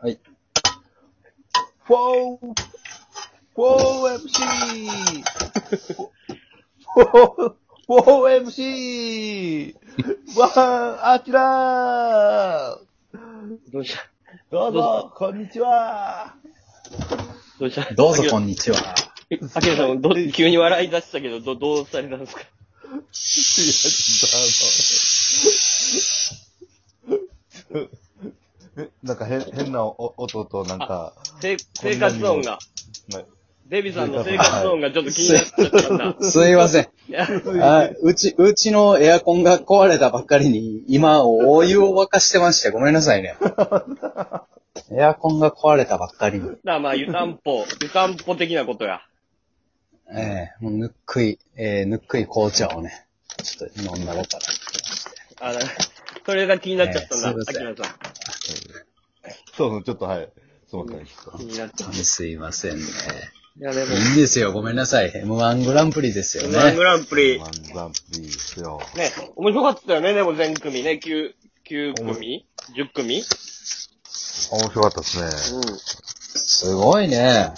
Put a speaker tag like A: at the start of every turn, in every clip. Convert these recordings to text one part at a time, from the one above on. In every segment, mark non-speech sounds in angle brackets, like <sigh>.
A: はい。
B: フォーフォー MC! フォーフォー MC! ワンアキラ
C: どうした
B: ーどうぞ、こんにちは
C: どうした
A: どうぞ、こんにちは。
C: あきらさん、ど、急に笑い出したけど、ど、どうされたんですか
B: えなんか変変なお音と、なんか、
C: せ生活音が、
B: な
C: デビさんの生活音がちょっと気になっちゃったんだ。
A: すいません。
C: いや、
A: あうち、うちのエアコンが壊れたばっかりに、今、お湯を沸かしてまして、ごめんなさいね。エアコンが壊れたばっかりに。
C: だまあ、湯たんぽ、湯たんぽ的なことや。
A: ええもうぬっくい、ええぬっくい紅茶をね、ちょっと飲んだろうかな。
C: あの、それが気になっちゃった
A: ええすい
C: ん
A: ま
C: だ、あ
A: せ
C: き
A: ん
C: らさん。
B: そうそう、ちょっとはい。そうなんです
C: 気になっちゃっ
A: すいませんね。
C: た。いや、でも、
A: いいんですよ、ごめんなさい。M1 グランプリですよ
C: M1 グ
A: ね。
C: ランプリ、
B: ワンザンプリですよ。
C: ね、面白かったよね、でも全組ね、9、9組 ?10 組
B: 面白かったですね。
C: う
A: すごいね。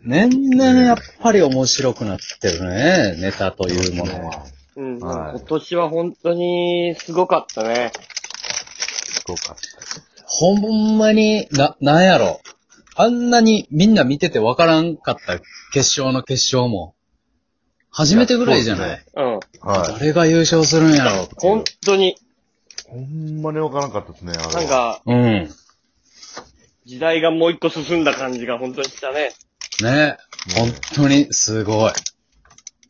A: 年々やっぱり面白くなってるね、ネタというものは。
C: ん。うん。
B: はい
C: 今年は本当に、すごかったね。
B: すごかった。
A: ほんまに、な、なんやろ。あんなにみんな見ててわからんかった決勝の決勝も。初めてぐらいじゃない
B: いやそ
C: うん。
B: はい。
A: 誰が優勝するんやろってい
C: 本
A: う。
C: 当に、
B: ほんまにわからんかったですね、あれは
C: なん、か、
A: うん。
C: 時代がもう一個進んだ感じが本当にしたね。
A: ね。本当にすごい。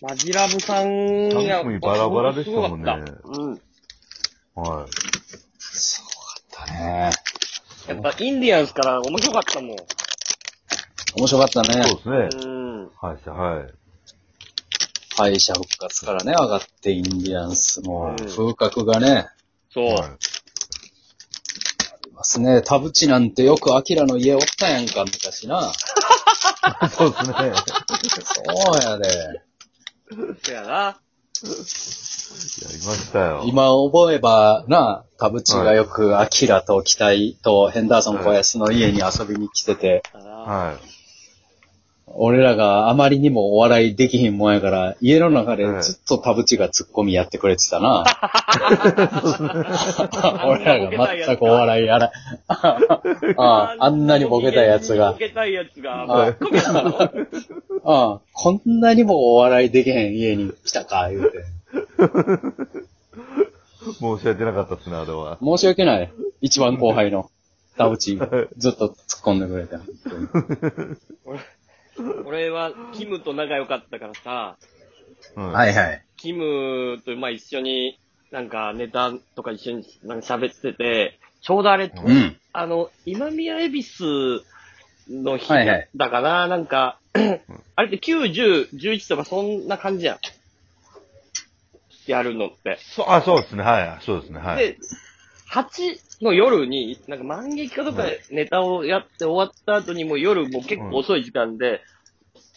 C: マジラブさんや
B: 三組バラバラでしたもんね
C: すごかっ
B: はい。
A: だね。
C: たうん。やっぱインディアンスから面白かったもん。
A: 面白かったね
B: そうですね。
C: うん。
B: はい、はい。
A: 敗者復活からね、上がってインディアンスの
C: うん
A: 風格がね、
C: そう。
B: はい
A: ありますね。田淵なんてよくアキラの家おったやんか、昔な。
B: そうですね。
A: そうやで。
C: そやな。
B: やりましたよ。
A: 今覚えば、な、田淵がよくアキラと期待とヘンダーソン小安の家に遊びに来てて、
C: は
B: はい。
A: 俺らがあまりにもお笑いできひんもんやから、家の中でずっと田淵がツッコミやってくれてたな。俺らが全くお笑いやら、あああんなにボケたやつが
C: ボ。ケたいやつが、
A: あああこんなにもお笑いできへん家に来たか、言うて。
B: 申し訳なかったですね、あれは。
A: 申し訳ない。一番後輩の田淵、ずっと突っ込んでくれた。
C: 俺は、キムと仲良かったからさ、
B: はい。
A: いはい。
C: キムと、まあ、一緒に、なんか、ネタとか一緒になんか喋ってて、ちょうどあれ、
A: うん。
C: あの、今宮恵比寿の日
A: はいはい
C: だかな、なんか、あれって9、10、11とかそんな感じやん。やるのって。
B: そう、あ、そうですね、はい。そうですね、はい。
C: で、8の夜に、なんか万劇かとかでネタをやって終わった後にもう夜もう結構遅い時間で、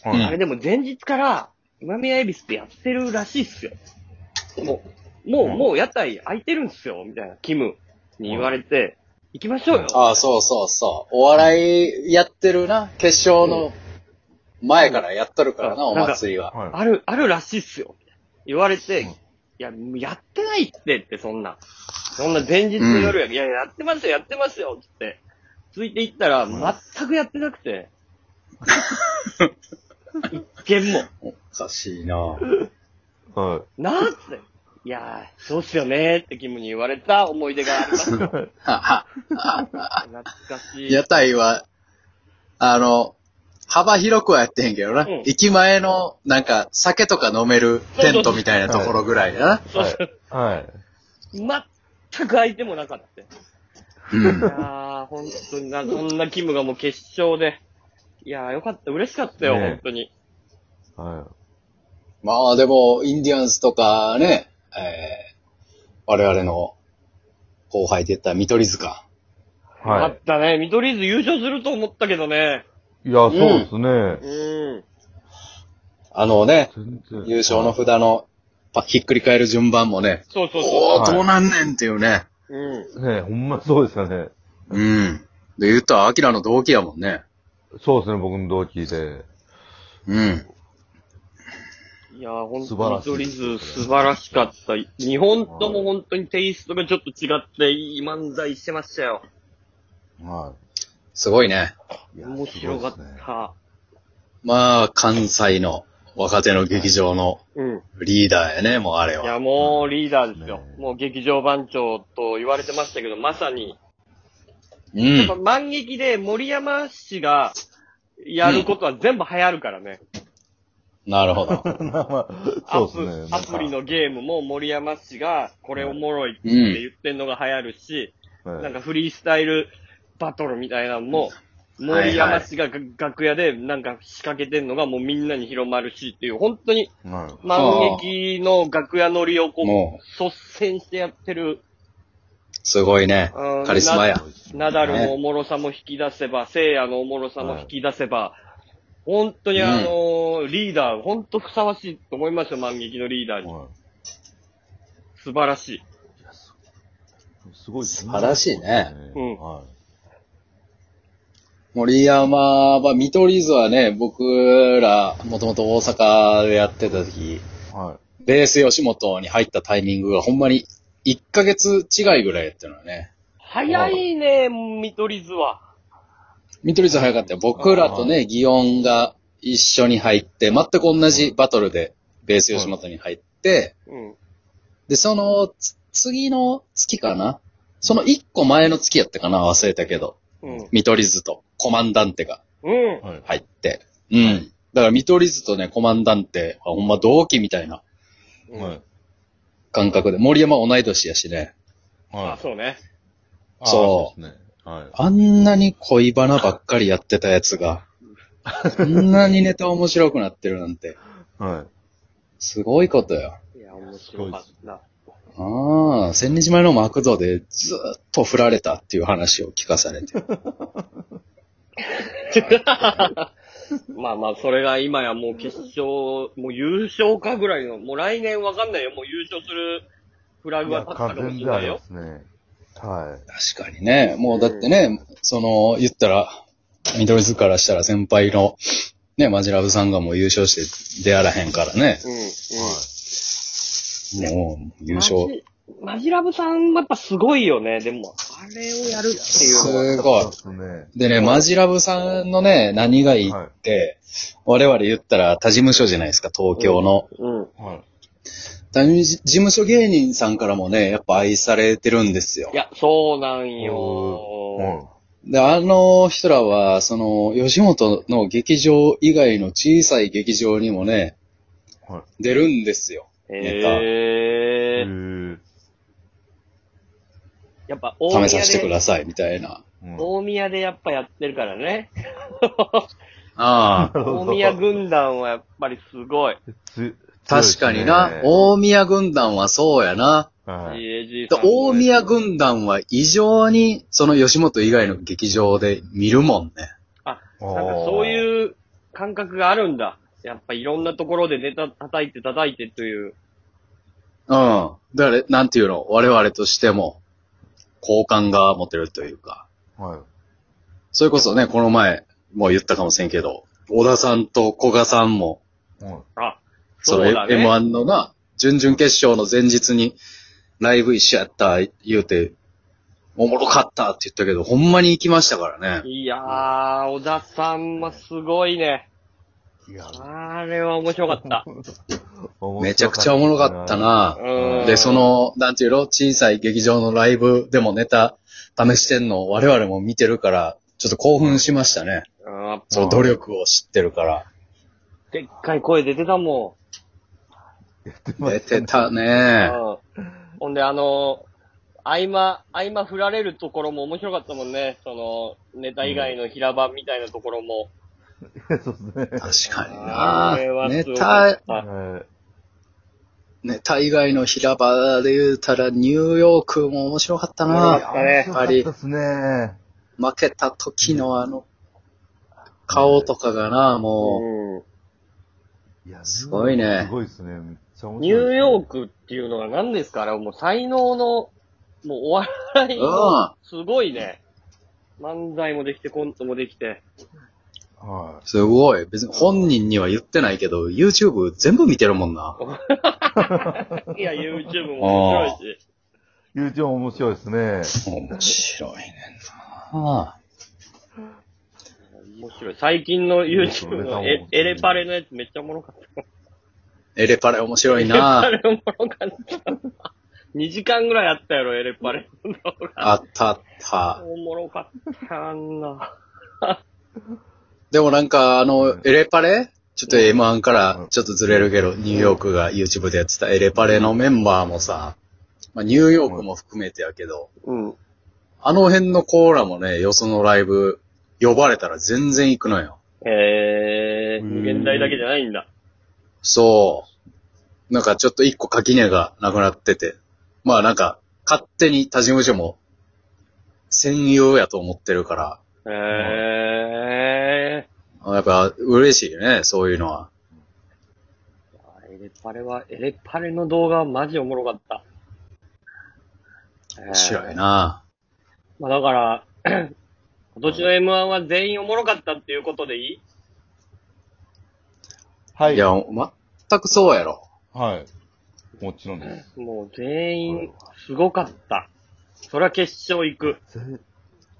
B: は
A: うん
C: あれでも前日から今宮恵比寿ってやってるらしいっすよ。もう、もう、
B: うん
C: もう屋台空いてるんすよ、みたいな、キムに言われて、行きましょうよ。
A: ああ、そうそうそう。お笑いやってるな。決勝の前からやっとるからな、
C: うん
A: お祭りは。
B: はい。
C: ある、あるらしいっすよ。言われて、
B: うん
C: いや、もうやってないってって、そんな。そんな前日の夜や、いや、やってますよ、やってますよ、つって。ついていったら、
B: ん
C: 全くやってなくて。一件も。
A: おかしいな。
B: は
C: なーって。いやー、そうっすよねーってキムに言われた思い出があります。
B: <laughs>
C: 懐かしい。
A: 屋台は、あの、幅広くはやってへんけどな。
C: うん
A: 駅前の、なんか、酒とか飲めるテントみたいなところぐらいだな。
C: そうそう
B: い。はい。
C: 全く相手もなかった。
A: うん
C: いやー、
A: <laughs>
C: 本当にな、そんなキムがもう決勝で。いやー、よかった、嬉しかったよ、
B: ねえ
C: 本当に。
B: は
A: まあでも、インディアンスとかね、えー、我々の後輩で言った見取り図か。
B: い。
C: あ
B: は
C: ったね。見取り図優勝すると思ったけどね。
B: い。いや、そうですね
C: う。ん。
A: あのね、
B: 全然。
A: 優勝の札のパひっくり返る順番もね、
C: そうそう
A: お
C: そ
A: ー、どうなんねんっていうね。
C: う。うん。
B: ねほんまそうですよね。
A: うん。で、言ったら、アキラの同期やもんね。
B: そうですね、僕の同期で。
A: うん。
C: いやー、本
B: 素晴
C: 当
B: ら
C: に
B: しい
C: 見取り図素晴らしかった。日本とも本当にテイストがちょっと違って、いい漫才してましたよ。
B: は
A: すごいね。
B: い。いや
C: 面白かっ。 <laughs>
B: すごいですね
C: た。
A: まあ、関西の若手の劇場の
C: うん。
A: リーダーやね、もうあれ
C: い
A: は。
C: や、もうリーダーですよ
B: ね。
C: もう劇場番長と言われてましたけど、まさに、
A: う
C: やっぱ
A: ん。
C: 万劇で森山氏がやることは全部流行るからね。
A: なる
C: <laughs>
A: ほど。
B: まあまあ、
C: ア
B: そう
C: プ
B: ですね。
C: アプリのゲームも森山氏がこれおもろいって言ってんのが流行るし、
B: な
C: なんん
B: か、
C: かフリースタイルバトルみたいなのも、森山氏がが楽屋でなんか仕掛けてんのがもうみんなに広まるしっていう、本当に
B: はい
C: 万劇の楽屋乗りをこ
A: も
C: う、率先してやってる。
A: すごいね
C: うん。
A: カリスマや。
C: ナダルのおもろさも引き出せば、聖夜のおもろさも引き出せば、本当にあのーリーダー、本当ふさわしいと思いますよ、万劇のリーダーに。
B: は
C: 素晴らしい。
B: いいやすすごい。
A: 素晴らしいね
C: うん
B: はい。
A: 森山は、見取り図はね、僕ら、もともと大阪でやってた時、
B: は
A: ベース吉本に入ったタイミングがほんまに1ヶ月違いぐらいやってるのはね。
C: 早いね、見取り図は。
A: 見取り図早かったよ。僕らとね、祇園が一緒に入って、全く同じバトルでベース吉本に入って、
C: うん。
A: で、そのつ次の月かなその1個前の月やったかな忘れたけど。
C: うん。
A: 見取り図とコマンダンテが
C: うん
B: い。。はい。
A: 入って。うん。だから見取り図とね、コマンダンテはほんま同期みたいな
C: うん
B: はい。
A: 感覚で、森山同い年やしね。
B: は
C: あ、
B: い。
C: そうね。
B: あ
A: そう
B: うですね。はい。
A: あんなに恋バナばっかりやってたや
C: <laughs>
A: つが、こんなにネタ面白くなってるなんて、
B: はい。
A: すごいことよ。
C: いや、面白かった。
A: ああ、千日前のマクドでずーっと振られたっていう話を聞かされて。
C: まあまあ、それが今やもう決勝、もう優勝かぐらいの、もう来年わかんないよ。もう優勝するフラグは立ったかもしれないよ
B: で。すね。は
A: 確かにね。もうだってね、その、言ったら、ミドルズからしたら先輩の、ね、マジラブさんがもう優勝して出あらへんからね。
C: うん。
B: い。
C: うん。
B: はい。
A: もう、優勝。
C: マジマジラブさんはやっぱすごいよね。でも、あれをやるっていうのは。
A: すごい
B: そう。ですね。
A: でね、マジラブさんのね、何がいいって、我々言ったら他事務所じゃないですか、東京の。
C: うん。
B: はい。
A: 他事務所芸人さんからもね、やっぱ愛されてるんですよ
C: い。や、そうなんよ。
B: は
A: で、あの人らは、その、吉本の劇場以外の小さい劇場にもね、
B: い。はい。
A: 出るんですよ。ネタ
C: ええー。
B: ー。
C: やっぱ大宮
A: 試
C: で、
A: させてください、みたいな。
B: うん
C: 大宮でやっぱやってるから <laughs> ね。
B: <laughs>
A: ああ。
C: 大宮軍団はやっぱりすごい。
B: つ
A: 確かにな、
B: お
A: 大宮軍団はそうやな。
B: はい。
C: GAG
A: で
C: さんも
A: 大宮軍団は異常に、その吉本以外の劇場で見るもんね。
C: あ、なんかそういう感覚があるんだ。やっぱいろんなところでネタ叩いて叩いてという。
A: うん。だから、なんていうの、我々としても、好感が持てるというか。
B: はい。
A: それこそね、この前、もう言ったかもしれんけど、小田さんと古賀さんも、
B: は
C: あ、
A: そ
C: そう
A: の
C: だ
A: M-
C: ね。
A: M1 のな、準々決勝の前日にライブ一緒やった言うて、おもろかったって言ったけど、ほんまに行きましたからね。
C: いやー、小田さんはすごいね。
B: い。いや
C: あれは面白かった。
A: めちゃくちゃおもろかっ
B: <laughs>
A: た。な。
C: うん。
A: で、そ、の、なんていうの小さい劇場のライブでもネタ試してんのを我々も見てるから、ちょっと興奮しましたね。
C: うん、
A: その努力を知ってるから。
C: でっかい声出てたも
A: 出てたね。
C: ん。うん。ほんで、あの、合間、合間振られるところも面白かったもんね。その、ネタ以外の平場みたいなところも。
B: そうですね。
A: 確かに
C: あれ
A: な。
C: は
A: ネ
C: すごかっ
A: タ、
C: た。
B: はい
A: ネタ以外の平場で言うたらニューヨークも面白かったな。
B: 面白かったですね。
A: 負けた時のあの、顔とかがな、も
C: うん。
B: いや
A: すごいね
B: すごいですね。めっちゃ面白い
C: ニューヨークっていうのが何ですかねもう才能の、もうお笑
A: う、
C: いうの、
A: ん。
C: すごいね。漫才もできて、コントもできて。
B: は
A: すごい。別に本人には言ってないけど、YouTube 全部見てるもんな。
C: いや、YouTube も面白いし。
B: い。YouTube 面白いですね。
A: 面白いねんな。
C: 面白い。最近の YouTube の
B: そうね
C: エエレパレのやつめっちゃおもろかった。
A: エレパレ面白い
C: エレ
A: な。
C: パレおもろかった。2時間ぐらいあったやろ、エレパレ。
A: あったあった。
C: おもろかった、あんな。
A: でもなんか、あの、エレパレちょっと M1 からちょっとずれるけど、ニューヨークが YouTube でやってたエレパレのメンバーもさ、まあ、ニューヨークも含めてやけど、
C: うん。
A: あの辺のコーラもね、よそのライブ、呼ばれたら全然行くのよ。
C: えー、無限大だけじゃないんだ。
A: そう。なんかちょっと一個垣根がなくなってて。まあなんか、勝手に他事務所も、専用やと思ってるから
C: えー。、
A: あやっぱ嬉しいよね、そういうのは。
C: エレパレは、エレパレの動画はマジおもろかった。
A: 面白いな
C: まあだから、 <clears throat> 今年の M1 は全員おもろかったっていうことでいい
B: はい。
A: いや、全くそうやろ。
B: はい。もちろんです。
C: もう全員すごかった。そりゃ決勝行く。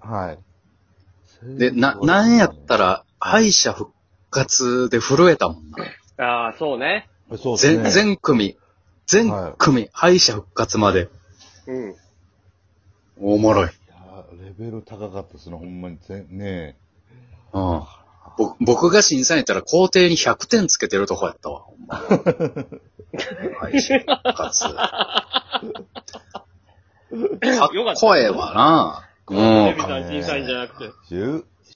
B: はい。
A: で、な、なんやったら、敗者復活で震えたもんな。
C: ああ、そうね。
B: そうです
A: 全、
B: ね。
A: 全組、全組、敗者復活まで、
C: うん。
A: おもろ
B: い
A: い。
B: やレベル高かったですね、ほんまに。全ね
A: うん。ぼ僕が審査員やったら皇帝に100点つけてるとこやった <laughs> わ、ほんま。配信復活。かっこええわな。
C: テ
A: う
C: レ
A: ん
C: ビ。さん審査員じゃなくて。
B: え。十、